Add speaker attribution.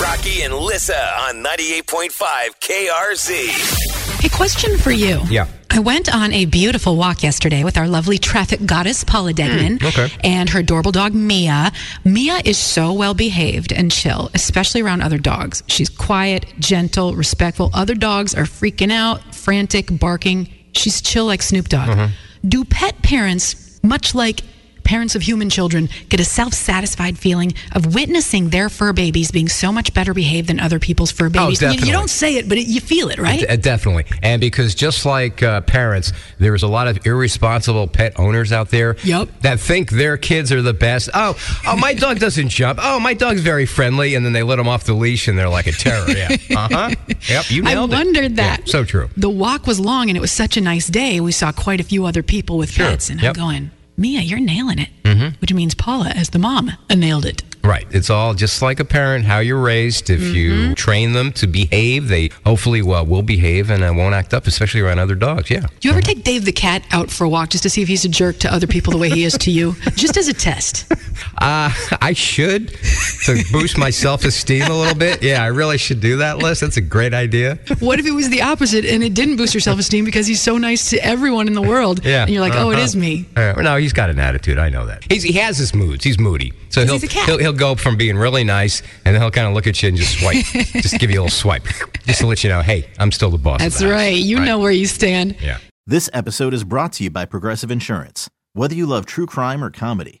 Speaker 1: Rocky and Lissa on 98.5 KRZ.
Speaker 2: A question for you.
Speaker 3: Yeah.
Speaker 2: I went on a beautiful walk yesterday with our lovely traffic goddess Paula Degnan
Speaker 3: Hmm. okay.
Speaker 2: and her adorable dog Mia. Mia is so well behaved and chill, especially around other dogs. She's quiet, gentle, respectful. Other dogs are freaking out, frantic, barking. She's chill like Snoop Dogg.
Speaker 3: Mm-hmm.
Speaker 2: Do pet parents, much like parents of human children, get a self-satisfied feeling of witnessing their fur babies being so much better behaved than other people's fur babies? You- you,
Speaker 3: Oh, definitely.
Speaker 2: don't say it, but it, you feel it, right?
Speaker 3: Uh, definitely. And because just like uh, parents, there's a lot of irresponsible pet owners out there
Speaker 2: Yep.
Speaker 3: that think their kids are the best. Oh, oh, my dog doesn't jump. Oh, my dog's very friendly. And then they let them off the leash and they're like a terror. Yeah. Uh huh. Yep. You
Speaker 2: I
Speaker 3: nailed it.
Speaker 2: wondered that.
Speaker 3: Yeah, so true.
Speaker 2: The walk was long and it was such a nice day. We saw quite a few other people with
Speaker 3: Sure.
Speaker 2: pets, and
Speaker 3: Yep. Mm-hmm.
Speaker 2: I'm going, Mia, you're nailing it. Which means Paula, as the mom, uh, nailed it.
Speaker 3: Right. It's all just like a parent, how you're raised. If
Speaker 2: Mm-hmm.
Speaker 3: you train them to behave, they hopefully well, will behave and uh, won't act up, especially around other dogs. Yeah.
Speaker 2: Do you ever take Dave the cat out for a walk just to see if he's a jerk to other people the way he is to you? Just as a test.
Speaker 3: Uh, I should to boost my self esteem a little bit. Yeah, I really should do that, Liz. That's a great idea.
Speaker 2: What if it was the opposite and it didn't boost your self esteem because he's so nice to everyone in the world?
Speaker 3: Yeah.
Speaker 2: And you're like, oh, it
Speaker 3: Uh-huh.
Speaker 2: is me.
Speaker 3: Uh, no, he's got an attitude. I know that. He's, he has his moods. He's moody. So he'll,
Speaker 2: he's a cat.
Speaker 3: he'll he'll go from being really nice and then he'll kind of look at you and just swipe, just give you a little swipe, just to let you know, hey, I'm still the boss. of
Speaker 2: That's
Speaker 3: the house."
Speaker 2: right. You know where you stand.
Speaker 3: Yeah.
Speaker 4: This episode is brought to you by Progressive Insurance. Whether you love true crime or comedy,